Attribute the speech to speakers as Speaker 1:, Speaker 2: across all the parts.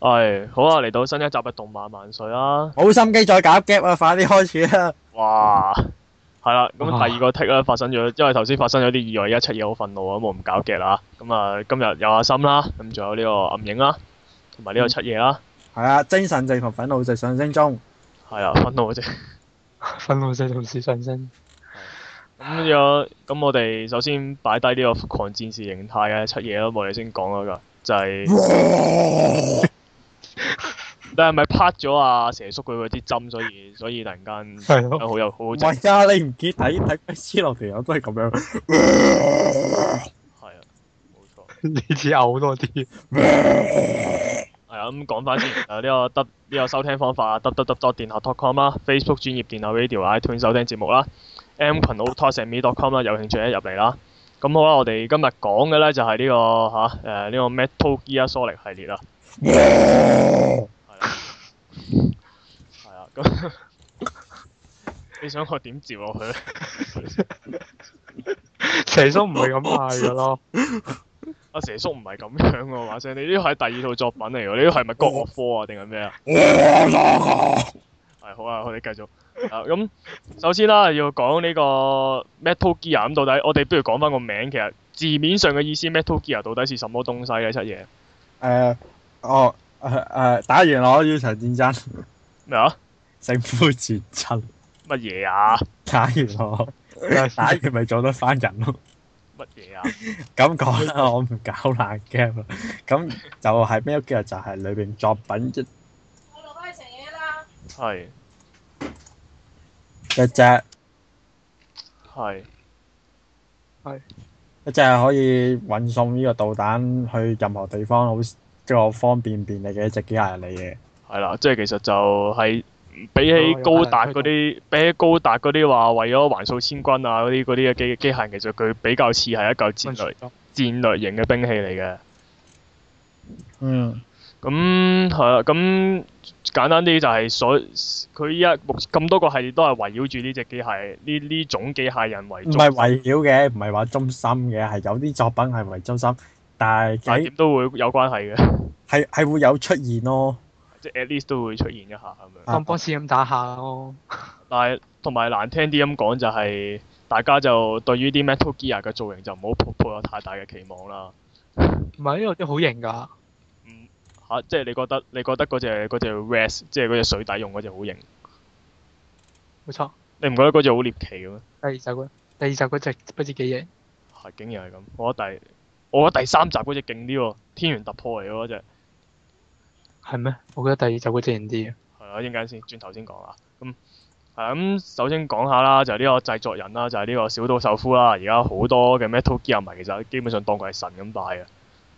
Speaker 1: 係好啊！嚟到新一集嘅動漫萬歲啦！
Speaker 2: 冇心機再搞 gap 啊！快啲開始啦！
Speaker 1: 哇，係啦，咁
Speaker 3: 哇
Speaker 1: 第二個 tick 咧發生咗，因為頭先發生咗啲意外，而家出嘢好憤怒啊，咁我唔搞嘅啦。咁啊，今日有阿心啦，咁仲有呢個暗影啦，同埋呢個出嘢啦，
Speaker 2: 係啊，精神值同憤怒值上升中。
Speaker 1: 係啊，憤怒嘅啫。
Speaker 3: 憤怒者同時上升。
Speaker 1: 咁有咁我哋首先擺低呢個狂戰士形態嘅出嘢啦，我哋先講嗰個就係、你係咪拍咗阿蛇叔佢嗰啲針，所以所以突然間
Speaker 3: 係咯
Speaker 1: 好有好好
Speaker 2: 唔
Speaker 1: 正
Speaker 2: 係啊，你唔見睇睇 Face 落條友都係咁樣。
Speaker 1: 係啊，冇錯。
Speaker 3: 呢次嘔多啲，
Speaker 1: 係啊，咁講翻先，誒呢個得呢個收聽方法啊，得得得得電下 .com 啦，Facebook 專業電下 radio 啊 iTunes 收聽節目啦，M 群 o t o s a m e .com 啦，有興趣咧入嚟啦。咁好啦，我哋今日講嘅咧就係呢個嚇誒呢個 Metal Gear Solid 系列啦。係啊，係啊，咁 你想我點接落去咧？
Speaker 3: 蛇叔唔係咁嗌噶咯。
Speaker 1: 阿蛇叔唔係咁樣喎，話聲你呢個係第二套作品嚟喎，你呢個係咪國樂科啊定係咩啊？係好啊，我哋繼續。啊，咁首先啦，要講呢個 Metal Gear 咁到底，我哋不如講翻個名，其實字面上嘅意思 Metal Gear 到底是什麼東西咧？出嘢
Speaker 2: 誒，哦，誒誒，打完我要場戰爭，
Speaker 1: 咩啊？
Speaker 2: 勝負戰爭，
Speaker 1: 乜嘢啊？
Speaker 2: 打完我， 打
Speaker 3: 打
Speaker 2: 完咪做得翻人咯。
Speaker 1: 乜嘢啊？
Speaker 2: 咁講啦，我唔搞爛 game 啦。咁就係咩叫就係裏邊作品一
Speaker 4: 我落翻去食嘢啦。
Speaker 1: 係
Speaker 2: 一隻
Speaker 1: 係
Speaker 2: 一隻可以運送呢個導彈去任何地方，好個方便便利嘅一隻機械人嚟嘅。
Speaker 1: 係啦，即係其實就係比起
Speaker 3: 哦
Speaker 1: 高達嗰啲，比起高達嗰啲話為咗橫掃千軍啊嗰啲嗰啲嘅機機械人，其實佢比較似係一嚿戰略戰略型嘅兵器嚟嘅。
Speaker 2: 嗯。
Speaker 1: 咁係啦，咁簡單啲就係所佢依家目咁多個系列都係圍繞住呢只機械呢呢種機械人為
Speaker 2: 唔
Speaker 1: 中
Speaker 2: 係圍繞嘅，唔係話中心嘅，係有啲作品係為中心，但係
Speaker 1: 但係
Speaker 2: 幾
Speaker 1: 點都會有關係嘅，
Speaker 2: 係係會有出現咯。
Speaker 1: 即係 at least 都會出現一下咁樣。
Speaker 2: 啊
Speaker 3: 當 boss 咁打下咯。
Speaker 1: 但係同埋難聽啲咁講就係、大家就對於啲 Metal Gear 嘅造型就唔好抱抱有太大嘅期望啦。
Speaker 3: 唔係，呢個啲好型㗎。
Speaker 1: 嗯，嚇、即係你覺得你覺得嗰只嗰只 Res 即係嗰隻水底用嗰隻好型，
Speaker 3: 冇錯。
Speaker 1: 你唔覺得嗰只好獵奇嘅咩？
Speaker 3: 第二集嗰第二集嗰只不知幾型。
Speaker 1: 係竟然係咁，我覺得第我覺得第三集嗰只勁啲喎，天元突破嚟嘅嗰只。
Speaker 3: 係咩？我覺得第二集嗰只型啲啊。
Speaker 1: 係啊，一陣間先，轉頭先講啦。咁係啊，咁首先講下啦，就係呢個製作人啦，就係呢個小島秀夫啦。而家好多嘅 Metal Gear 迷其實基本上當佢係神咁拜嘅。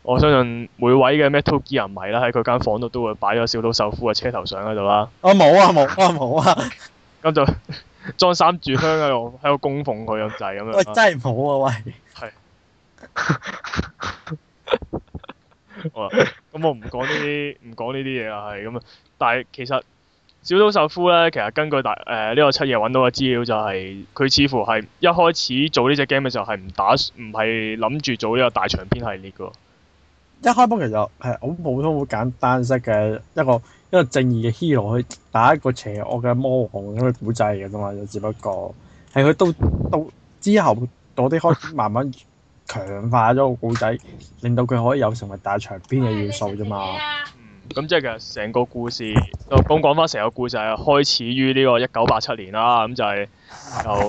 Speaker 1: 我相信每位嘅 Metal Gear 迷啦，喺佢間房度都會擺咗小島秀夫嘅車頭相喺度啦。
Speaker 2: 我冇啊冇啊 冇啊！
Speaker 1: 咁就裝三炷香喺度喺度供奉佢咁滯咁
Speaker 2: 喂，
Speaker 1: 樣
Speaker 2: 真
Speaker 1: 啦。
Speaker 2: 係冇啊喂！
Speaker 1: 好啦啊咁我唔講呢啲唔講呢啲嘢啦，係咁啊。但係其實小島秀夫咧，其實根據大誒呃呢、個七爺揾到嘅資料就係、佢似乎係一開始做呢只 game 嘅時候係唔打唔係諗住做呢個大長篇系列嘅喎。
Speaker 2: 一開波其實係好普通、好簡單式嘅一個一個正義嘅 hero 去打一個邪惡嘅魔王咁嘅古仔嚟嘅啫嘛，就只不過係佢到到之後嗰啲開始慢慢強化咗個古仔，令到佢可以有成為大長篇嘅元素啫嘛。
Speaker 1: 嗯咁即係其實成個故事，咁講翻成個故事係開始於呢個一九八七年啦，咁就係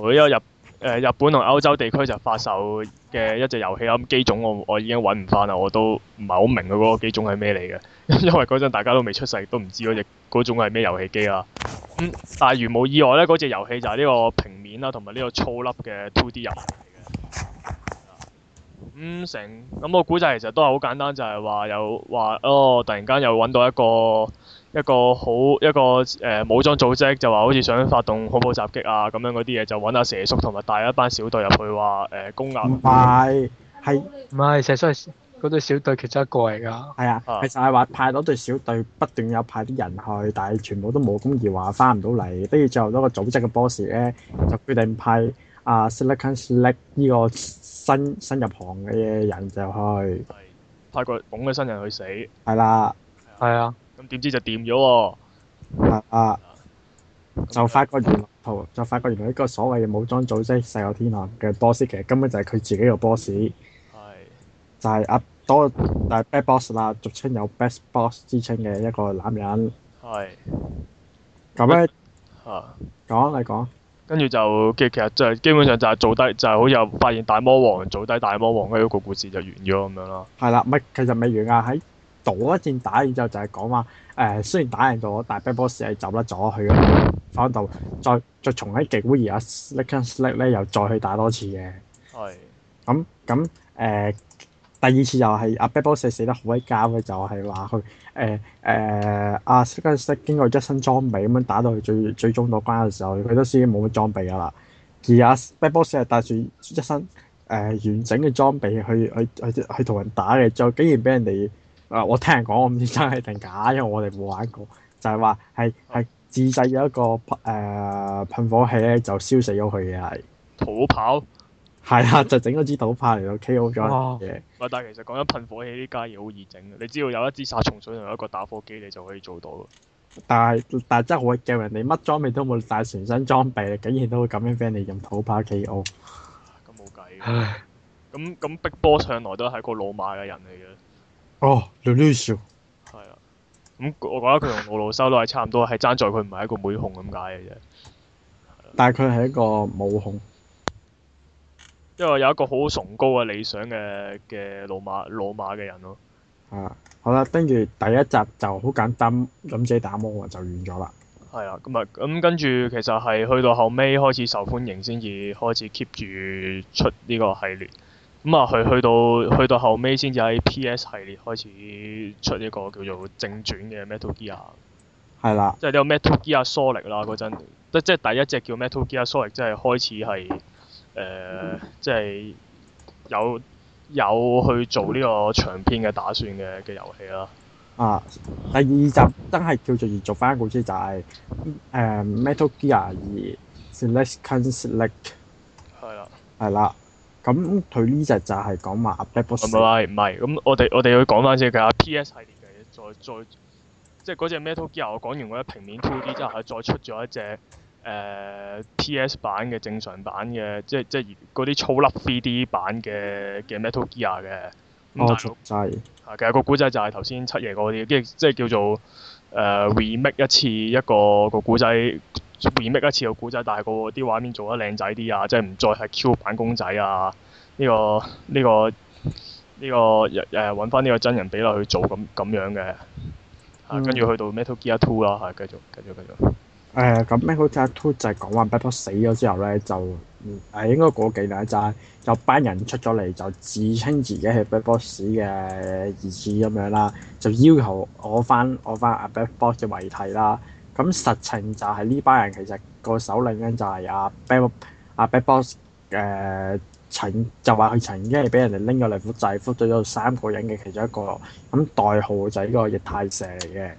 Speaker 1: 由呢個日誒、呃日本同歐洲地區就發售嘅一隻遊戲啦。咁機種我我已經揾唔翻啦，我都唔係好明佢嗰個機種係咩嚟嘅，因為嗰陣大家都未出世，都唔知嗰隻嗰種係咩遊戲機啦。咁、但係如無意外咧，嗰隻遊戲就係呢個平面啦，同埋呢個粗粒嘅 two D 遊戲嚟嘅。咁、成咁、個古仔其實都係好簡單，就係話有話哦，突然間又揾到一個一個好一個誒、呃武裝組織，就話好似想發動恐怖襲擊啊咁樣嗰啲嘢，就揾阿蛇叔同埋帶一班小隊入去話誒、呃攻壓。
Speaker 2: 唔係。係
Speaker 3: 唔係，蛇叔係嗰隊小隊其中一個嚟㗎。
Speaker 2: 係啊，
Speaker 1: 啊
Speaker 2: 其實係話派到隊小隊不斷有派啲人去，但係全部都冇功而話翻唔到嚟，跟住最後嗰個組織嘅 boss 咧就決定派啊 Silicon Select 呢個新新入行嘅人就去，
Speaker 1: 係派個懵嘅新人去死。
Speaker 2: 係啦，
Speaker 1: 係啊
Speaker 3: 係啊，
Speaker 1: 咁點知就掂咗喎。
Speaker 2: 啊啊！
Speaker 1: 咁
Speaker 2: 就發覺原來圖，就發覺原來呢個所謂嘅武裝組織世有天下嘅 boss，其實根本就係佢自己個 boss，
Speaker 1: 係
Speaker 2: 就係阿多就係 bad boss 啦，俗稱有 best boss 之稱嘅一個男人。
Speaker 1: 係
Speaker 2: 咁咧
Speaker 1: 嚇，
Speaker 2: 講你講，
Speaker 1: 跟住就其其實就係基本上就係做低，就係好似有發現大魔王做低大魔王嗰個故事就完咗咁樣啦。
Speaker 2: 係啦，唔係其實未完啊，喺嗰一戰打完之後就係講話誒，雖然打贏咗，但係 bad boss 係走甩咗去咗翻度，再再重喺極烏而阿 Snake and Snake 咧又再去打多次嘅。
Speaker 1: 係
Speaker 2: 咁咁誒，第二次又係阿 Bad Boss 死得好鬼交嘅，就係話佢誒誒阿 s i c k 經過一身裝備咁樣打到去最最終嗰關嘅時候，佢都已經冇乜裝備噶啦。而阿 Bad Boss 係帶住一身誒、呃完整嘅裝備去去去去同人打嘅，就竟然俾人哋啊！我聽人講，我唔知真係定假，因為我哋冇玩過，就係話係係自製咗一個誒、呃噴火器咧，就燒死咗佢嘅係。
Speaker 1: 逃跑。
Speaker 2: 係啊，就整咗支倒炮嚟到 K.O. 咗人
Speaker 1: 喂，但係其實講緊噴火器呢家嘢好易整嘅，你只要有一支殺蟲水同一個打火機，你就可以做到。
Speaker 2: 嘅，但係但係真係好鬼驚人哋乜裝備都冇，但係全身裝備，竟然都會咁樣俾人哋用倒炮 K.O.
Speaker 1: 咁冇計嘅。
Speaker 3: 唉，
Speaker 1: 咁咁逼波向來都係一個老馬嘅人嚟嘅。
Speaker 2: 哦 l u l u s h
Speaker 1: 係啊，咁我覺得佢同老老修都係差唔多，係爭在佢唔係一個妹控咁解嘅啫。
Speaker 2: 但係佢係一個武控，
Speaker 1: 因為有一個好崇高嘅理想嘅嘅老馬老馬嘅人咯。
Speaker 2: 啊，好啦，跟住第一集就好簡單，咁自己打魔王就完咗啦。
Speaker 1: 係啊，咁啊咁跟住其實係去到後尾開始受歡迎先至開始 keep 住出呢個系列。咁啊，去去到去到後尾先至喺 P.S. 系列開始出一個叫做正傳嘅 Metal Gear，
Speaker 2: 係啦，
Speaker 1: 即係呢個 Metal Gear Solid 啦嗰陣，即即係第一隻叫 Metal Gear Solid，即係開始係誒、呃即係有有去做呢個長篇嘅打算嘅嘅遊戲啦。
Speaker 2: 啊，第二集真係叫做延續翻故事，就係、誒 Metal Gear 二 Select Can Select
Speaker 1: 係啦。
Speaker 2: 係啦，咁佢呢隻就係講話 Bad
Speaker 1: 唔
Speaker 2: Boss
Speaker 1: 係唔係，咁我哋我哋要講翻先㗎。P.S. 系列嘅嘢，再再即係嗰只 Metal Gear，我講完嗰一平面 2D 之後，係再出咗一隻誒、呃 P.S. 版嘅正常版嘅，即係即係嗰啲粗粒 3D 版嘅嘅 Metal Gear 嘅。咁
Speaker 2: 哦，
Speaker 1: 但
Speaker 2: 就
Speaker 1: 係
Speaker 2: 係。
Speaker 1: 啊其實個古仔就係頭先七爺嗰啲，即係即係叫做誒、呃 remake 一次一個個古仔，remake 一次個古仔，但係個啲畫面做得靚仔啲啊，即係唔再係 Q 版公仔啊，呢、個呢、個呢、個呃誒誒揾翻呢個真人比例去做咁咁樣嘅，啊
Speaker 2: 嗯
Speaker 1: 跟住去到 Metal Gear Two 啦，係繼續繼續繼續，
Speaker 2: 誒咁 Michael j a Two 就係講話 b a t 死咗之後咧，就嗯誒應該嗰幾年就係有班人出咗嚟，就自稱自己係 b a t 死嘅兒子咁樣啦，就要求攞翻攞翻阿 b a t 嘅遺體啦。咁實情就係呢班人其實個首領咧就係阿 Bad 阿 Bad Boss 誒曾就話佢曾經係俾人哋拎咗嚟複製複製咗三個人嘅其中一個，咁代號就係呢個液態蛇嚟嘅。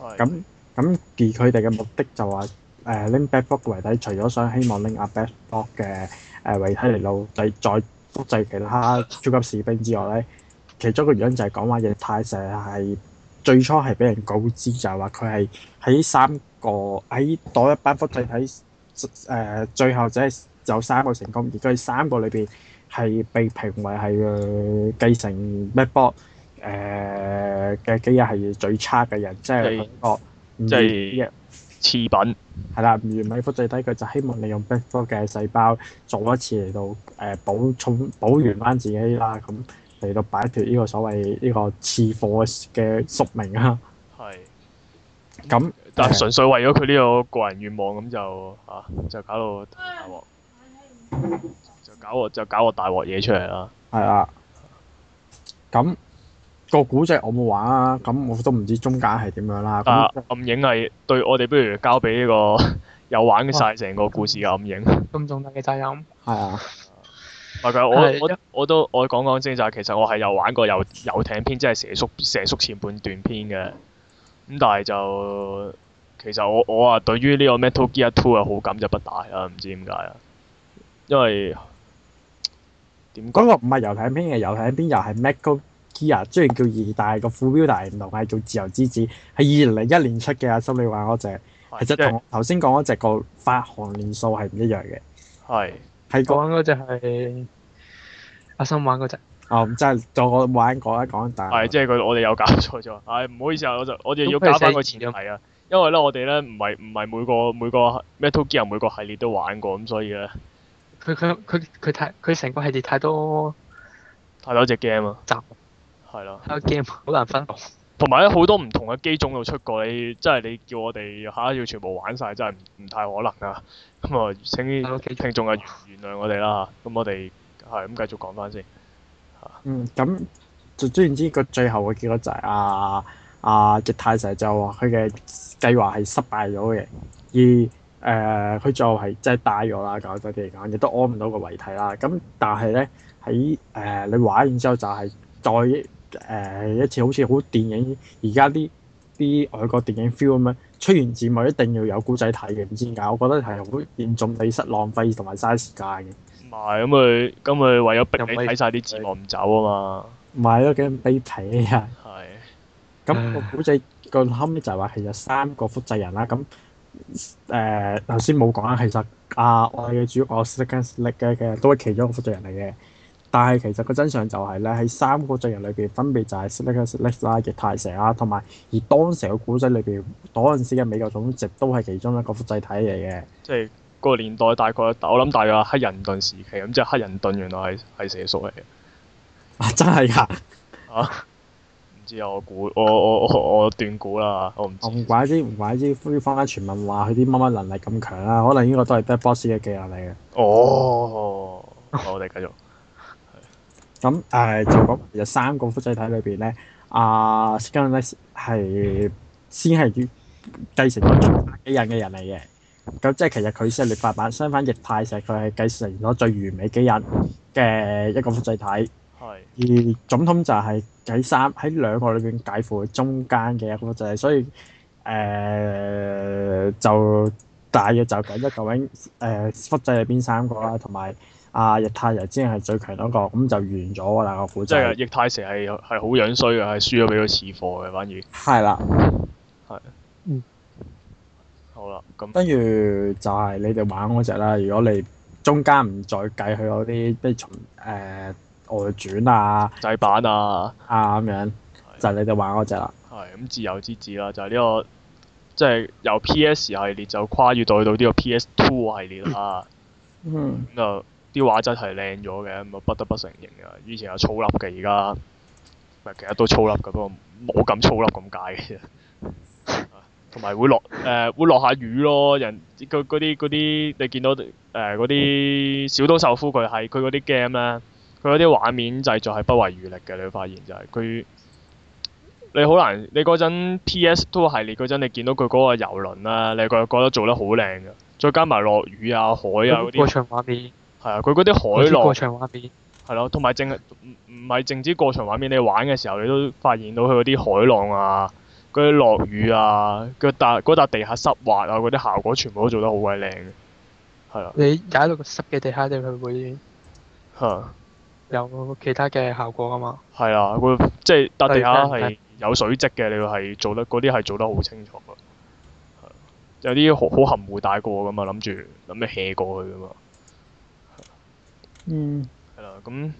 Speaker 1: 係
Speaker 2: 咁咁而佢哋嘅目的就話誒拎 Bad Book 嘅遺體，除咗想希望拎阿 Bad Book 嘅誒遺體嚟到第再複製其他超級士兵之外咧，其中一個原因就係講話液態蛇係最初係俾人告知就係話佢係喺三個喺多一班複製體誒、最後只係有三個成功，而佢三個裏邊係被評為係誒繼承 Bad Book 誒嘅基因係最差嘅人，即係佢個唔
Speaker 1: 即係
Speaker 2: 完
Speaker 1: 次品
Speaker 2: 係啦，唔完美複製低佢就希望利用 Big Four 嘅細胞做一次嚟到誒、呃、補充補完翻自己啦，咁嚟到擺脱呢個所謂呢個次貨嘅宿命啦。
Speaker 1: 係，
Speaker 2: 咁
Speaker 1: 但係
Speaker 2: 誒
Speaker 1: 純粹為咗佢呢個個人願望咁就嚇、啊就搞到大鑊，就搞個就搞個大鑊嘢出嚟啦。
Speaker 2: 係啦，咁、個古仔我冇玩啊，咁我都唔知中間係點樣啦。
Speaker 1: 但
Speaker 2: 咁
Speaker 1: 係啊暗影係對我哋不如交俾呢個 有玩晒成個故事嘅暗影。唔
Speaker 3: 咁重大嘅責任，
Speaker 2: 係啊，
Speaker 1: 係佢
Speaker 3: 係
Speaker 1: 我我我都我講講先就係其實我係有玩過遊遊艇篇，即係蛇叔蛇叔前半段篇嘅。咁但係就其實我我啊對於呢個 Metal Gear Two 嘅好感就不大啊，唔知點解啊，因為點
Speaker 2: 嗰、
Speaker 1: 講
Speaker 2: 個唔係遊艇篇嘅，遊艇篇又係 Michael Kia 雖然叫二，但係個副標題唔同，係叫自由之子，係二零零一年出嘅啊。心你話嗰只，其
Speaker 1: 即
Speaker 2: 實
Speaker 1: 係
Speaker 2: 同頭先講嗰只個發行年數係唔一樣嘅，
Speaker 1: 係
Speaker 2: 係
Speaker 1: 哦
Speaker 2: 個
Speaker 3: 講嗰只係阿森玩嗰只，
Speaker 2: 哦，唔真係就我玩過一講，但
Speaker 1: 係
Speaker 2: 係
Speaker 1: 即係佢我哋有搞錯咗，唉唔好意思啊，我就我哋要加翻個前提啊，因為咧我哋咧唔係唔係每個每個 Metal Gear 每個系列都玩過，咁所以咧
Speaker 3: 佢佢佢佢太佢成個系列太多
Speaker 1: 太多隻 game 啊，
Speaker 3: 集，
Speaker 1: 係咯。
Speaker 3: 太多 game 好難分。
Speaker 1: 同埋咧好多唔同嘅機種度出過，你真係你叫我哋下一要全部玩晒，真係唔唔太可能啊！咁啊，請
Speaker 3: 係咯幾
Speaker 1: 聽眾啊原原諒我哋啦嚇，咁我哋係咁繼續講翻先。
Speaker 2: 嗯，咁就總言之，個最後嘅結果就係啊啊液態蛇就話佢嘅計劃係失敗咗嘅，而誒佢、最後係真係大咗啦，簡單啲嚟講，亦都安唔到個遺體啦。咁但係咧喺誒你玩完之後就係再誒、呃一次好似好電影而家啲啲外國電影 feel 咁樣，出完字幕一定要有古仔睇嘅，唔知點解，我覺得係好嚴重地失浪費同埋嘥時間嘅。
Speaker 1: 唔係咁佢咁佢為咗
Speaker 3: 又唔
Speaker 1: 逼你
Speaker 3: 係
Speaker 1: 睇晒啲字幕唔走啊
Speaker 2: 唔係咯，幾咁卑鄙啊！
Speaker 1: 嘛，係
Speaker 2: 咁個古仔個後尾就係話其實三個複製人啦，咁誒頭先冇講啦，其實啊我哋嘅主角 Second Snake 嘅嘅都係其中一個複製人嚟嘅，但係其實個真相就係咧喺三個複製人裏邊分別就係 Second Snake 啦、液態蛇啦，同埋而當時嘅古仔裏邊嗰陣時嘅美國總統直都係其中一個複製體嚟嘅，
Speaker 1: 即係個年代大概我諗大概係黑人頓時期咁，即係黑人頓原來係係蛇叔嚟嘅
Speaker 2: 啊真係㗎，
Speaker 1: 嚇。唔知啊，我估我我我我斷估啦，我唔知。
Speaker 2: 唔怪之唔怪之，坊間傳聞話佢啲乜乜能力咁強啦，可能呢個都係 Bad Boss 嘅技能嚟嘅。
Speaker 1: 哦，好我哋繼續。
Speaker 2: 咁誒、呃就講其實三個複製體裏邊咧，阿 s c a n l e s 係先係繼承咗最巴基人嘅人嚟嘅。咁即係其實佢先係劣化版，相反液態石佢係繼承咗最完美基因嘅一個複製體。
Speaker 1: 係
Speaker 2: 而總統就係喺三喺兩個裏邊介乎中間嘅一個複製體，所以誒、呃就大約就緊一究竟誒複製係邊三個啦，同埋。啊！日泰人先係最強嗰、個，咁就完咗㗎啦個古
Speaker 1: 即係啊
Speaker 2: 仔。
Speaker 1: 液態蛇係係好樣衰嘅，係輸咗俾佢次貨嘅，反而
Speaker 2: 係啦，
Speaker 1: 好啦，咁
Speaker 2: 跟住就係你哋玩嗰只啦。如果你中間唔再計佢嗰啲咩從誒外傳啊
Speaker 1: 製版啊，
Speaker 2: 啊咁樣，就
Speaker 1: 係
Speaker 2: 係你哋玩嗰只啦。
Speaker 1: 係咁自由之子啦，就係呢個即係由 P.S. 系列就跨越到到呢個 P.S. Two 系列啦，
Speaker 2: 嗯，
Speaker 1: 咁就啲畫質係靚咗嘅，咁啊不得不承認啊，以前係粗粒嘅，而家唔係其實都粗粒嘅，不過冇咁粗粒咁解嘅啫。 同埋會落誒、會落下雨咯，人佢嗰啲嗰啲你見到誒嗰啲小島秀夫佢係佢嗰啲 game 咧，佢嗰啲畫面製作係不遺餘力嘅，你會發現就係、佢你好難你嗰陣 PS Two 系列嗰陣，你見到佢嗰個遊輪啦，你覺覺得做得好靚嘅，再加埋落雨啊、海啊嗰
Speaker 3: 嗰啲過
Speaker 1: 啲，
Speaker 3: 場畫面，
Speaker 1: 係啊，佢嗰啲
Speaker 3: 嗰
Speaker 1: 海
Speaker 3: 啲
Speaker 1: 浪
Speaker 3: 過場畫面，
Speaker 1: 係咯，同埋淨係唔唔係淨止過場畫面，你玩嘅時候你都發現到佢嗰啲海浪啊、嗰啲落雨啊、嗰笪嗰笪地下濕滑啊，嗰啲效果全部都做得好鬼靚嘅，係啦，
Speaker 3: 你踩到個濕嘅地下，你佢會
Speaker 1: 嚇
Speaker 3: 有其他嘅效果噶嘛？
Speaker 1: 係啦，佢即係笪地下
Speaker 3: 係係
Speaker 1: 係有水跡嘅，你係做得嗰啲係做得好清楚嘅，係啊有啲好好含糊帶過咁啊，諗住諗住 hea 過啊去噶嘛。
Speaker 2: 嗯，
Speaker 1: 係啦，咁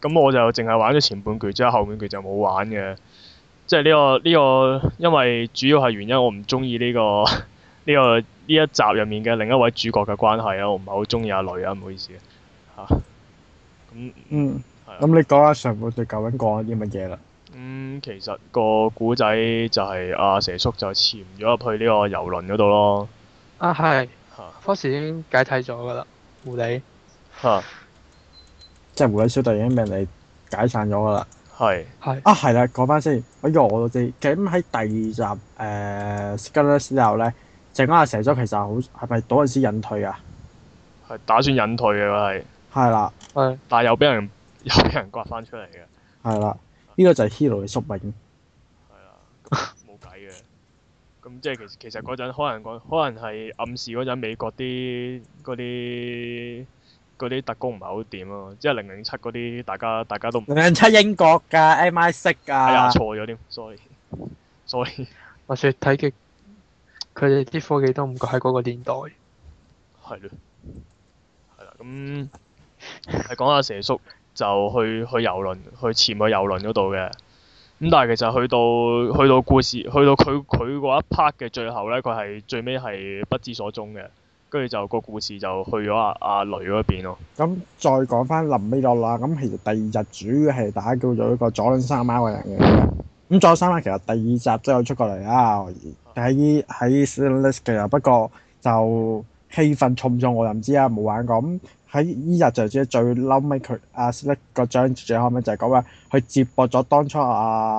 Speaker 1: 咁我就淨係玩咗前半句，之後後半句就冇玩嘅。即係呢、個呢、個，因為主要係原因我唔中意呢個呢、個呢一集入面嘅另一位主角嘅關係啊，我唔係好中意阿女啊，唔好意思啊嚇。咁
Speaker 2: 嗯，
Speaker 1: 係啊
Speaker 2: 咁你講下上半對究竟講咗啲乜嘢啦？
Speaker 1: 咁、其實個古仔就係、阿、蛇叔就潛咗入去呢個遊輪嗰度咯
Speaker 3: 啊係，
Speaker 1: 嚇
Speaker 3: 科士已經解體咗噶啦，狐狸。
Speaker 1: 嚇
Speaker 2: 即係狐狸小隊已經俾你解散咗㗎啦。
Speaker 1: 係
Speaker 3: 係
Speaker 2: 啊，係啦，講翻先，哎呀，我哋咁喺第二集誒《Scarlet》之後咧，就講阿蛇咗其實好係咪嗰陣時引退啊？
Speaker 1: 係打算引退嘅佢係，
Speaker 2: 係啦。
Speaker 3: 係
Speaker 1: 但係又俾人又俾人刮翻出嚟嘅。
Speaker 2: 係啦，呢、個就係 hero 嘅宿命。
Speaker 1: 係啦，咁冇計嘅。咁即係其實其實嗰陣可能講，可能係暗示嗰陣美國啲嗰啲嗰啲特工唔係好掂咯，即係零零七嗰啲大家大家都唔
Speaker 2: 零零七英國㗎，MI 識
Speaker 1: 哎呀
Speaker 2: 㗎，
Speaker 1: 錯咗添，sorry，sorry，
Speaker 3: 話説睇極，佢哋啲科技都唔夠喺嗰個年代。
Speaker 1: 係咯，係啦，咁係講下蛇叔就去去遊輪，去潛去遊輪嗰度嘅。咁但係其實去到去到故事，去到佢佢嗰一 part 嘅最後咧，佢係最尾係不知所蹤嘅，跟住就個故事就去咗阿阿雷嗰邊咯。
Speaker 2: 咁再講翻臨尾落啦，咁其實第二集主要係打叫做一個左輪三貓嘅人嘅，咁左輪三貓其實第二集都有出過嚟啦，喺喺 s i l list 嘅，不過就氣氛重唔重我就唔知啊，冇玩過。咁喺依集就知最嬲尾佢阿 s i l 個章最後尾就係講話佢接駁咗當初阿、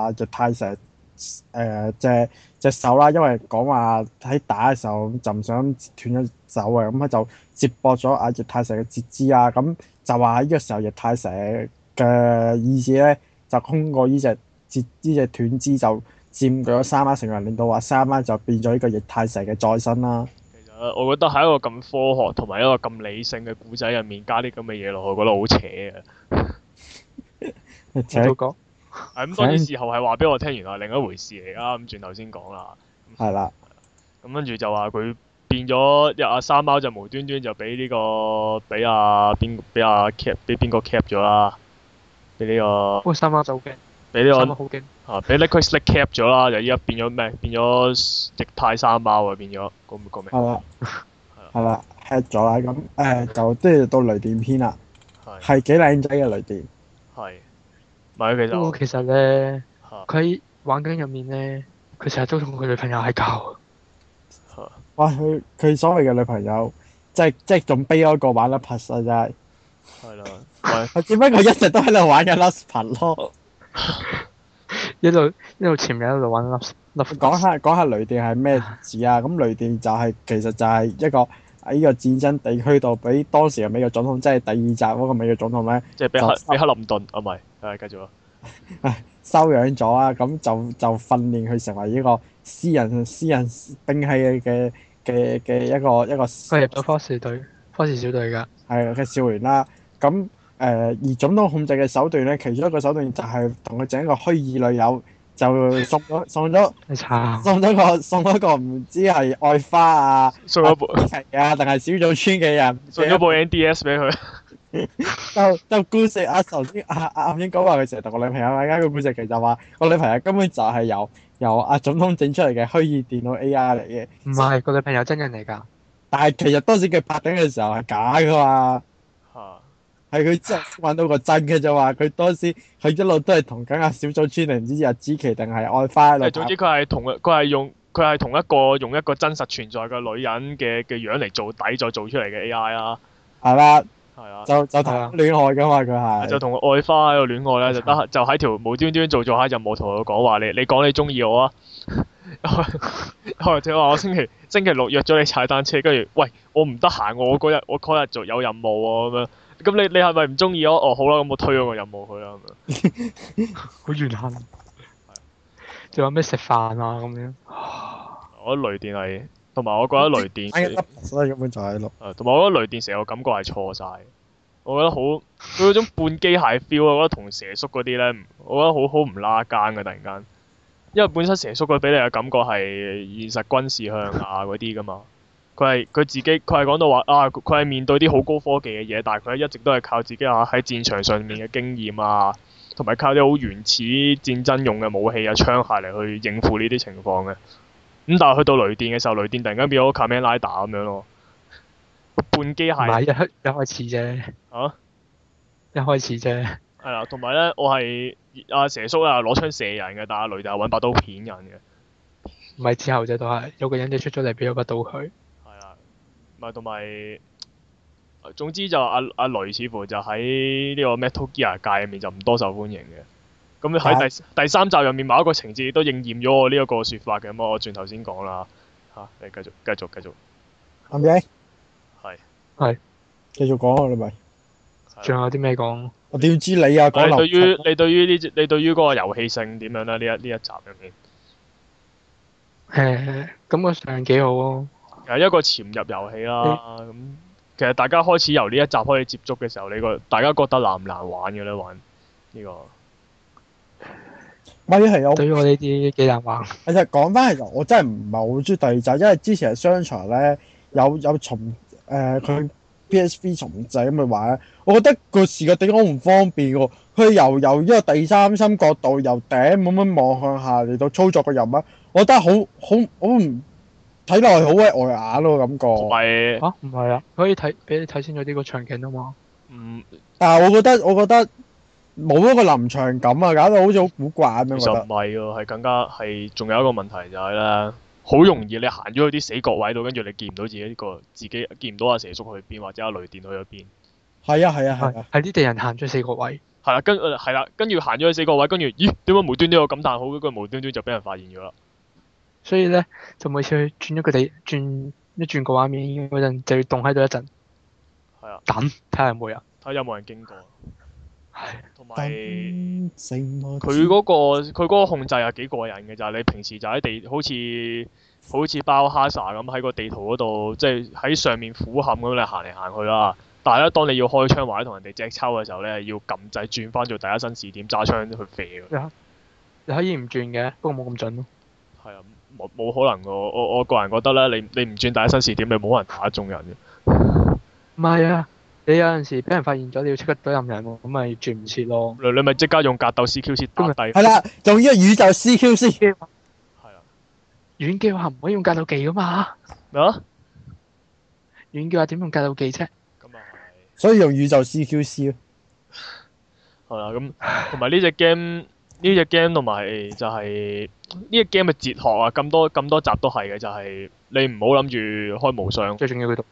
Speaker 2: 啊、日泰成誒隻隻手啦，因為講話喺打嘅時候就唔想斷咗手啊，咁佢就。接駁咗阿葉太成嘅截肢啊，咁就話喺呢個時候葉太成嘅意志咧，就通過呢隻截呢隻斷肢就佔據咗三媽成個人，令到話三媽就變咗呢個葉太成嘅再生啦。
Speaker 1: 其實我覺得喺一個咁科學同埋一個咁理性嘅古仔入面加啲咁嘅嘢落去，我覺得好扯嘅。
Speaker 2: 而
Speaker 3: 我
Speaker 2: 且
Speaker 3: 都講
Speaker 1: 係咁，當然事後係話俾我聽，原來係另一回事嚟啦。咁轉頭先講啦。
Speaker 2: 係啦，
Speaker 1: 咁跟住就話佢變咗，阿三貓就無端端就俾呢、個俾阿邊俾阿 cap 俾邊個 cap 咗啦，俾呢、個
Speaker 3: 不哦過三貓就好勁，
Speaker 1: 俾呢、
Speaker 3: 三貓
Speaker 1: 個
Speaker 3: 好勁，
Speaker 1: 啊俾 liquid slick cap 咗啦，就依家變咗咩？變咗液態三貓啊，變咗個個名
Speaker 2: 係啦，係啦吃咗啦，咁誒、就即係到雷電篇啦，
Speaker 1: 係
Speaker 2: 係幾靚仔嘅雷電，
Speaker 1: 係，咪其實
Speaker 3: 不過哦
Speaker 1: 啊
Speaker 3: 其實咧，
Speaker 1: 嚇
Speaker 3: 佢喺玩緊入面咧，佢成日都同佢女朋友嗌交，
Speaker 1: 嚇
Speaker 2: 哇！佢佢所謂嘅女朋友，即係即係仲悲哀過玩 l u p u s 啊，真係，
Speaker 1: 係啦，咪
Speaker 2: 佢只不過一直都喺度玩緊 l u s p u s 咯。
Speaker 3: 一路一路潛入一路玩粒粒。
Speaker 2: 講下講下雷電係咩字啊？咁雷電就係、其實就係一個喺呢個戰爭地區度，俾當時嘅美國總統，即係第二集嗰個美國總統咧
Speaker 1: 即係俾克
Speaker 2: 就
Speaker 1: 俾克林頓啊，唔係誒繼續啊，
Speaker 2: 收養咗啊！咁就就訓練佢成為呢個私人私人兵器嘅嘅嘅一個一個
Speaker 3: 佢入咗科士隊，科士小隊㗎。
Speaker 2: 係啊嘅少年啦。咁誒、而總統控制嘅手段咧，其中一個手段就係同佢整一個虛擬女友，就送
Speaker 1: 啊
Speaker 2: 咗送咗
Speaker 3: 你慘，
Speaker 2: 送咗個送咗個唔知係愛花啊。
Speaker 1: 送咗部
Speaker 2: 係啊，定係小組村嘅人，
Speaker 1: 送咗部 NDS 俾佢，
Speaker 2: 就就故事啊，頭先啊啊啱先講話佢成日同個女朋友嗌交個故事，其實話個女朋友啊根本就係由由阿總統整出嚟嘅虛擬電腦 A.I. 嚟嘅，
Speaker 3: 唔係個女朋友真人嚟㗎，
Speaker 2: 但係其實當時佢拍緊嘅時候係假噶嘛，
Speaker 1: 嚇
Speaker 2: 係佢之後先揾到個真嘅啫嘛。佢當時佢一路都係同緊阿小組村定唔知阿紫琪定係愛花
Speaker 1: 即係
Speaker 2: 嚟
Speaker 1: 總
Speaker 2: 拍
Speaker 1: 之佢係同佢係用佢係同一個用一個真實存在嘅女人嘅嘅樣嚟做底，再做出嚟嘅 AI 啦，
Speaker 2: 係啦，
Speaker 1: 係啊，
Speaker 2: 就就談戀愛噶嘛，佢
Speaker 1: 就
Speaker 2: 係
Speaker 1: 同愛花喺度戀愛咧，就得就喺條無端端做做下任務，同佢講話你你講你中意我啊，或者話我星期星期六約咗你踩單車，跟住喂我唔得閒喎，我嗰日我嗰日做有任務喎咁樣，咁你你係咪唔中意我？哦好啦，咁我推咗個任務佢啦咁樣。
Speaker 3: 好怨恨。仲有咩食飯啊咁樣？
Speaker 1: 我覺得雷電係，同埋我覺得雷電
Speaker 2: 玩緊 Lupus 所以根本就喺度。
Speaker 1: 誒，同埋我覺得雷電成個感覺係錯晒，我覺得好佢嗰種半機械 feel 啊，我覺得同蛇叔嗰啲咧，唔我覺得好好唔拉更嘅突然間，因為本身蛇叔佢俾你嘅感覺係現實軍事向下嗰啲噶嘛，佢係佢自己佢係講到話啊，佢係面對啲好高科技嘅嘢，但係佢一直都係靠自己啊喺戰場上面嘅經驗啊，同埋靠啲好原始戰爭用嘅武器啊槍械嚟去應付呢啲情況嘅，咁但係去到雷電嘅時候，雷電突然間變咗 Kamen Rider 咁樣咯。半機械
Speaker 3: 唔係一開一開始啫，
Speaker 1: 啊！
Speaker 3: 一開始啫。
Speaker 1: 係啦，同埋咧，我係阿蛇叔啊，攞槍射人嘅，但阿雷就係揾把刀片人嘅。
Speaker 3: 唔係之後啫，都係有個人就出咗嚟俾咗把刀佢。
Speaker 1: 係啦，咪同埋，總之就阿阿雷似乎就喺呢個 Metal Gear 界入面就唔多受歡迎嘅。咁喺第第三集入面某一個情節都應驗咗我呢一個説法嘅，咁啊我轉頭先講啦。嚇、你繼續繼續繼續，
Speaker 2: OK，
Speaker 1: 係
Speaker 2: 繼續講啊，你咪
Speaker 1: 係啦
Speaker 3: 仲有啲咩講？
Speaker 2: 我點知你啊？講
Speaker 1: 你
Speaker 2: 流
Speaker 1: 對於你對於呢你對於嗰個遊戲性點樣咧？呢一呢一集入面。
Speaker 3: 誒，感覺上幾好啊。
Speaker 1: 係一個潛入遊戲啦，咁其實大家開始由呢一集開始接觸嘅時候，你個大家覺得難唔難玩嘅咧？玩呢、個
Speaker 2: 唔係係我
Speaker 3: 對於我呢啲幾難玩。
Speaker 2: 其實講翻，其實我真係唔係好中意第二集，因為之前喺商場咧有有重誒佢、PSV 重製咁去玩咧，我覺得個視覺地方唔方便喎。佢由由一個第三身角度由頂咁樣望向下嚟到操作個人物，我覺得好好好唔睇落去好鬼礙眼咯感
Speaker 1: 同
Speaker 2: 覺。
Speaker 1: 埋
Speaker 3: 啊，唔係啊，可以睇俾你睇清楚呢個場景啊嘛。
Speaker 1: 嗯，
Speaker 2: 但係我覺得我覺得冇一個臨場感啊，搞到好似好古怪咁樣
Speaker 1: 其
Speaker 2: 覺
Speaker 1: 實唔
Speaker 2: 得。
Speaker 1: 係喎，係更加係仲有一個問題就係咧，好容易你行咗去啲死角位度，跟住你見唔到自己呢個自己見唔到阿蛇叔去邊，或者阿雷電去咗邊。
Speaker 2: 係啊係啊係
Speaker 3: 係
Speaker 2: 啊，
Speaker 3: 係呢地人行咗四個位，
Speaker 1: 係啦，跟呃係啦，跟住行咗去死角位，跟住咦點解無端端有咁彈好，跟住無端端就俾人發現咗啦。
Speaker 3: 所以咧就每次去轉一個地轉一轉個畫面嗰陣，就要凍喺度一陣。
Speaker 1: 係啊。
Speaker 3: 等睇下有冇人。
Speaker 1: 睇下有冇人經過，
Speaker 3: 係
Speaker 1: 同埋
Speaker 2: 成個
Speaker 1: 佢嗰個佢嗰個控制係幾過癮嘅，就係、你平時就喺地好似好似包哈薩咁喺個地圖嗰度，即係喺上面俯瞰咁你行嚟行去啦。但係咧，當你要開槍或者同人哋隻抽嘅時候咧，要撳掣轉翻做第一身視點揸槍去射㗎。
Speaker 3: 你可以唔轉嘅，不過冇咁準咯。
Speaker 1: 係啊，冇冇可能㗎。我我我個人覺得咧，你你唔轉第一身視點，你冇可能打中人嘅。
Speaker 3: 唔係啊，你有陣時俾人發現咗，你要即刻懟冧人喎，咁咪轉唔切咯。
Speaker 1: 你你咪即刻用格鬥 CQ 先打低。
Speaker 2: 係啦，用呢個宇宙 CQ 先。
Speaker 1: 係啊。
Speaker 3: 遠嘅話唔可以用格鬥技噶嘛，
Speaker 1: 咩啊？
Speaker 3: 遠嘅話點用格鬥技啫？
Speaker 1: 咁啊係。
Speaker 2: 所以用宇宙 CQC 咯。
Speaker 1: 係啦，咁同埋呢只 game 呢只 game 同埋就係呢只 game 嘅哲學啊，咁多咁多集都係嘅，就係、你唔好諗住開無雙，
Speaker 3: 最重要佢讀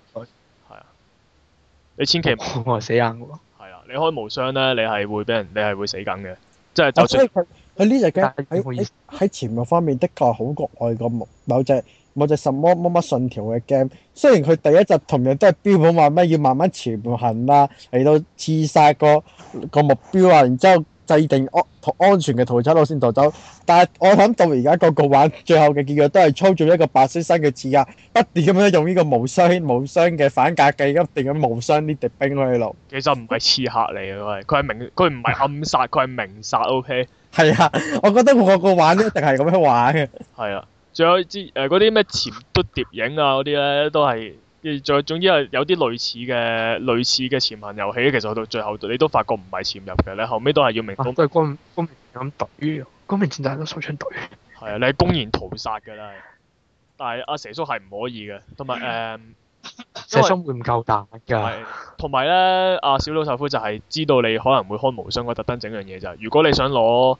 Speaker 1: 你千祈唔
Speaker 3: 我係死硬嘅喎，
Speaker 1: 係啦，你開無雙咧，你係會俾人你係會死梗嘅，即係
Speaker 2: 啊
Speaker 1: 就
Speaker 2: 所以
Speaker 1: 算
Speaker 2: 佢佢呢只 game
Speaker 3: 哦但係
Speaker 2: 喺
Speaker 3: 唔好意
Speaker 2: 喺
Speaker 3: 思
Speaker 2: 喺潛入方面的確係好過外國某某隻某隻什麼乜乜信條嘅 game。雖然佢第一集同樣都係標榜話咩要慢慢潛行啦，嚟到刺殺個個目標啊，然之後制定安安全嘅逃走路線逃走。但係我諗到而家個個玩最後嘅結果都係操縱一個白色身嘅刺客，不斷咁樣用呢個無雙無雙嘅反格技，一定咁無雙啲敵兵去路。
Speaker 1: 其實唔係刺客嚟嘅，佢係佢係明佢唔係暗殺，佢係明殺，OK
Speaker 2: 係啊，我覺得個個玩都一定係咁樣玩嘅。
Speaker 1: 係啊，仲有之誒嗰啲咩潛都碟影啊嗰啲咧都係。跟住再總之係有啲類似嘅類似嘅潛行遊戲，其實到最後你都發覺唔係潛入嘅，你後尾都係要明
Speaker 3: 啊
Speaker 1: 到
Speaker 3: 都係光光明戰咁懟，光明戰大都手槍懟。
Speaker 1: 係啊，你係公然屠殺㗎啦。但係阿蛇叔係唔可以嘅，同埋
Speaker 3: 石心會唔夠大
Speaker 1: 誒
Speaker 3: 㗎？
Speaker 1: 係，同埋咧，阿小老豆夫就係知道你可能會開無雙，我特登整樣嘢就係，如果你想攞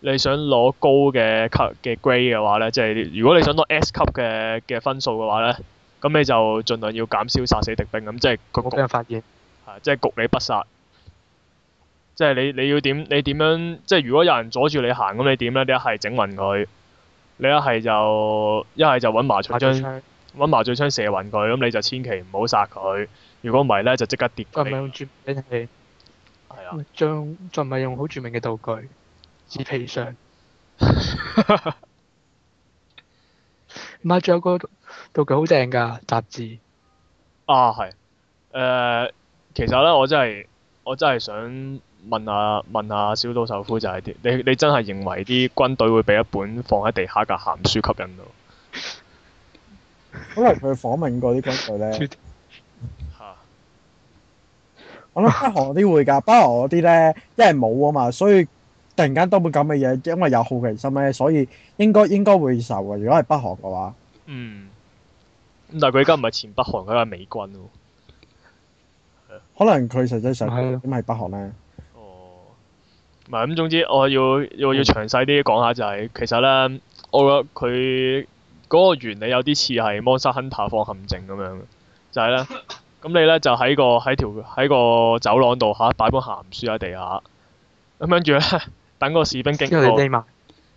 Speaker 1: 你想攞高嘅級嘅 grade 嘅話咧，即係如果你想攞 S 級嘅嘅分數嘅話咧，咁你就盡量要減少殺死敵兵，咁即係個
Speaker 3: 我俾
Speaker 1: 局
Speaker 3: 人發現，
Speaker 1: 係即係局你不殺。即係你你要點你點樣即係如果有人阻住你行咁你點咧？你一係整暈佢，你一係就一係就揾麻雀
Speaker 3: 發咗
Speaker 1: 槍
Speaker 3: 槍，
Speaker 1: 揾麻醉槍射暈佢，咁你就千祈唔好殺佢。如果唔係咧，就即刻跌
Speaker 3: 再
Speaker 1: 佢。
Speaker 3: 唔係用著名係
Speaker 1: 係啊，
Speaker 3: 將，再唔係用好著名嘅道具，紙皮 箱。唔係，仲有個道具好正㗎，雜誌。
Speaker 1: 啊係。誒、其實咧，我真係我真係想問下問下小島秀夫就係啲你你真係認為啲軍隊會俾一本放喺地下嘅鹹書吸引到？
Speaker 2: 可能佢訪問過啲軍隊咧，
Speaker 1: 嚇、
Speaker 2: 我諗北韓嗰啲會㗎，北韓嗰啲咧，因為冇啊嘛，所以突然間多本咁嘅嘢，因為有好奇心咧，所以應該應該會受嘅。如果係北韓嘅話，
Speaker 1: 嗯。咁但係佢而家唔係前北韓，佢係美軍喎。
Speaker 2: 可能佢實際上
Speaker 3: 係
Speaker 2: 點
Speaker 3: 咯
Speaker 2: 係北韓咧？
Speaker 1: 哦，唔係咁，總之我要我要詳細啲講下就係、其實咧，我覺得佢嗰個原理有啲似係 Monster Hunter 放陷阱咁樣嘅，就係、呢。咧，咁你咧就喺個喺條喺個走廊度嚇擺本鹹書喺地下，咁跟住咧 等個士兵經
Speaker 3: 之後你
Speaker 1: 過
Speaker 3: 匿埋，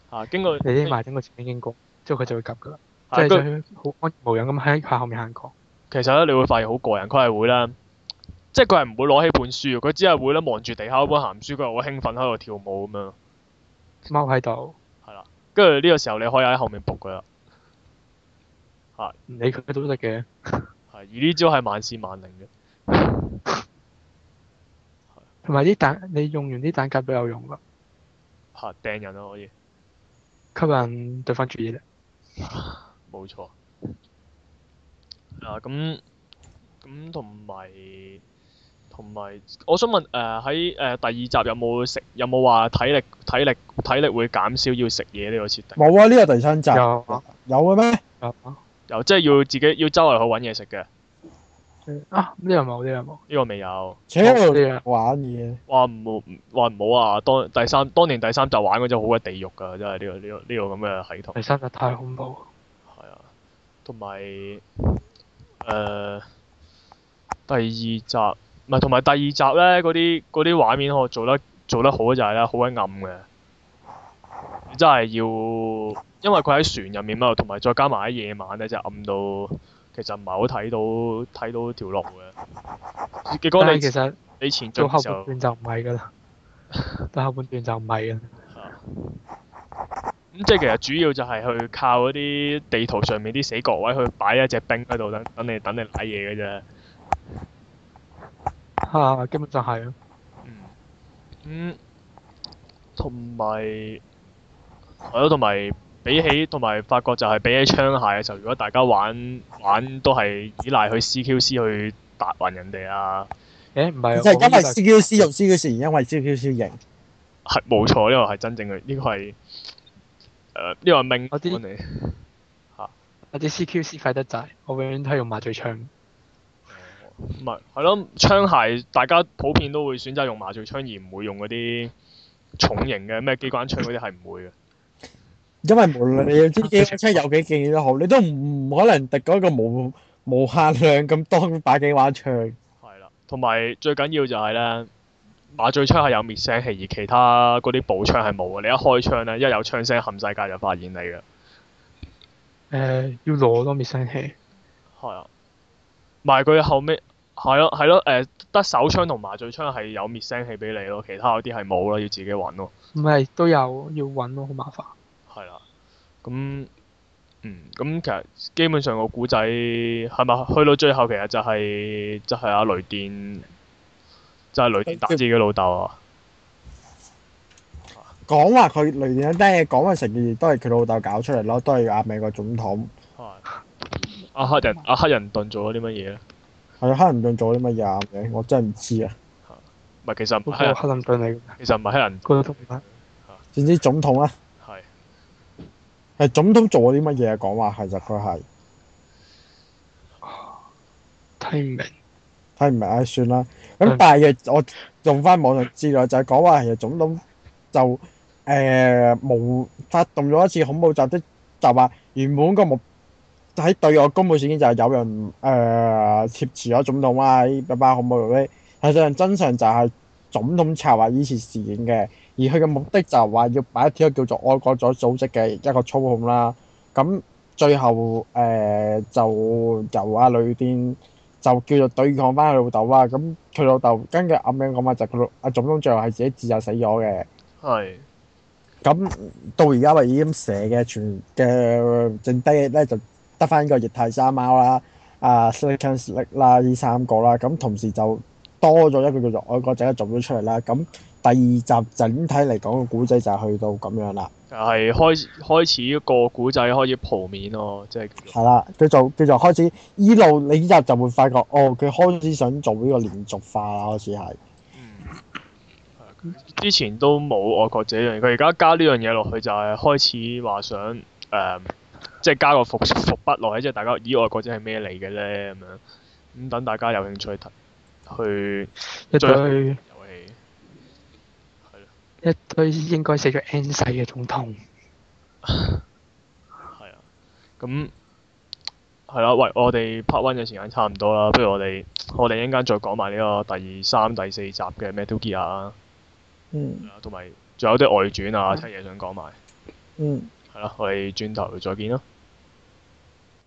Speaker 1: 啊，經過
Speaker 3: 你匿埋等個前面經過，之後佢就會及㗎啦。即
Speaker 1: 啊
Speaker 3: 係
Speaker 1: 跟
Speaker 3: 佢好安然無恙咁喺佢後面行過。
Speaker 1: 其實咧，你會發現好過人，佢係會啦，即係佢係唔會攞起本書嘅，佢只係會咧望住地下嗰本鹹書，佢係好興奮喺度跳舞咁樣，
Speaker 3: 踎喺度，
Speaker 1: 跟住呢個時候你可以喺後面仆佢啦。
Speaker 3: 唔理佢都得嘅。
Speaker 1: 係，而呢招係萬試萬靈嘅。
Speaker 3: 同埋啲蛋，你用完啲蛋夾都有用㗎，
Speaker 1: 嚇掟人啊咯，可以
Speaker 3: 吸引對方注意力。
Speaker 1: 冇錯。啊，咁咁同埋同埋，我想問誒喺誒第二集有冇食有冇話體力體力體力會減少要食嘢呢個設定？
Speaker 2: 冇啊！呢個第三集
Speaker 3: 有啊
Speaker 2: 有嘅咩？
Speaker 3: 有啊
Speaker 1: 又即係要自己要周圍去揾嘢食嘅，呢、
Speaker 3: 啊！呢樣冇，呢樣冇。
Speaker 1: 個未有。
Speaker 2: 扯喺
Speaker 3: 哦呢
Speaker 2: 度玩嘢，
Speaker 1: 哇唔好哇唔好啊！當第三當年第三集玩嗰陣好鬼地獄㗎，真係呢、個呢、個呢、個咁嘅系統。
Speaker 3: 第三集太恐怖。
Speaker 1: 係啊，同埋誒第二集，唔係同埋第二集咧，嗰啲嗰啲畫面我做得做得好就係咧，好鬼暗嘅，真係要，因為佢喺船入面嘛，同埋再加埋喺夜晚咧，就暗到其實唔係好睇到睇到條路嘅。結
Speaker 3: 但
Speaker 1: 果你
Speaker 3: 係其實
Speaker 1: 你前進
Speaker 3: 到後
Speaker 1: 嘅時候
Speaker 3: 半，段就唔係㗎啦，到後半段就唔係㗎啦。
Speaker 1: 咁即係其實主要就係去靠嗰啲地圖上面啲死角位去擺一隻兵喺度，等等你等你攋嘢嘅啫。
Speaker 3: 啊，基本上係咯。
Speaker 1: 嗯，咁同埋係咯，同埋比起同埋發覺就係比起槍械嘅時候，如果大家玩玩都係依賴去 CQC 去打暈人哋啊，
Speaker 3: 誒唔係，
Speaker 2: 就係因為
Speaker 3: 我呢度
Speaker 2: CQC 用 CQC，而因為 CQC 型。
Speaker 1: 係冇錯，呢個係真正嘅，呢個係誒呢個係命
Speaker 3: 我啲
Speaker 1: 嚟。
Speaker 3: 我啲 CQC 快得滯，我永遠都係用麻醉槍。
Speaker 1: 唔係係咯，槍械大家普遍都會選擇用麻醉槍，而唔會用嗰啲重型嘅咩機關槍嗰啲係唔會嘅。
Speaker 2: 因為無論你有啲機槍有幾勁都好，你都唔可能敵嗰個無無限量咁多把幾玩槍。
Speaker 1: 係啦，同埋最緊要就係咧，麻醉槍係有滅聲器，而其他嗰啲步槍係冇嘅。你一開槍咧，一有槍聲，冚世界就發現你嘅。
Speaker 3: 誒，要攞咯滅聲器。
Speaker 1: 係啊，唔係佢後尾係咯係咯誒，得手槍同麻醉槍係有滅聲器俾你咯，其他嗰啲係冇咯，要自己揾咯。
Speaker 3: 唔係都有要揾咯，好麻煩。
Speaker 1: 係啦，咁嗯咁其實基本上個古仔係咪去到最後其實就係、就係、阿雷電就係、雷電打自己老豆啊！
Speaker 2: 講話佢雷電一單嘢講話成件事都係佢老豆搞出嚟咯，都係阿美國總統。
Speaker 1: 係阿黑人阿黑人頓做咗啲乜嘢咧？
Speaker 2: 係啊，黑人頓做啲乜嘢啊？我真係唔知啊。
Speaker 1: 唔係其實唔係黑啊
Speaker 3: 嗰個
Speaker 1: 人，
Speaker 3: 克林頓嚟嘅，
Speaker 1: 其實唔係黑人，
Speaker 3: 嗰個都唔得。
Speaker 2: 總之總統啦，
Speaker 1: 係
Speaker 2: 係總統做咗啲乜嘢啊？講話其實佢係
Speaker 3: 睇唔明。
Speaker 2: 睇唔明，唉算啦。咁但係我用翻網上資料就係講話其實總統就誒、呃、無發動咗一次恐怖襲擊，就話原本個目喺對外公佈事件就係有人誒、呃、挾持咗總統啊啦，呢班恐怖組織。實際上真相就係總統策劃呢次事件嘅，而佢嘅目的就係話要擺脱一個叫做愛國者組織嘅一個操控啦。咁最後誒、呃就由阿雷電。就叫做對抗翻佢老豆啦。咁佢老豆根據暗影講法就係佢老阿總統最後係自己自殺死咗嘅。
Speaker 1: 係
Speaker 2: 咁到而家咪已經蛇嘅全嘅剩低咧就得翻個液態沙貓啦、啊 Silicon Slick 啦呢三個啦。咁同時就多咗一個叫做愛國者做咗出嚟啦。咁第二集整體嚟講個古仔就係去到咁樣啦，
Speaker 1: 就係開開始個古仔開始鋪面咯，即係叫做
Speaker 2: 係啦，叫做叫做開始依路你呢集就會發覺哦，佢開始想做呢個連續化啦，開始係。
Speaker 1: 嗯係佢之前都冇愛國者呢樣嘢，佢而家加呢樣嘢落去就係開始話想誒、即係加個伏伏筆落去，即係大家咦愛國者係咩嚟嘅咧咁樣，咁等大家有興趣睇去
Speaker 3: 一
Speaker 1: 最
Speaker 3: 堆
Speaker 1: 遊戲。係咯
Speaker 3: 一堆應該死咗 N 世嘅總統，
Speaker 1: 係啊，咁係啦，喂，我哋 part one 嘅時間差唔多啦，不如我哋我哋一陣間再講埋呢個第三、第四集嘅 Metal Gear 啊，
Speaker 2: 嗯
Speaker 1: 同埋仲有啲外傳啊，七嘢想講埋，
Speaker 2: 嗯。
Speaker 1: 係啦，我哋轉頭再見啦。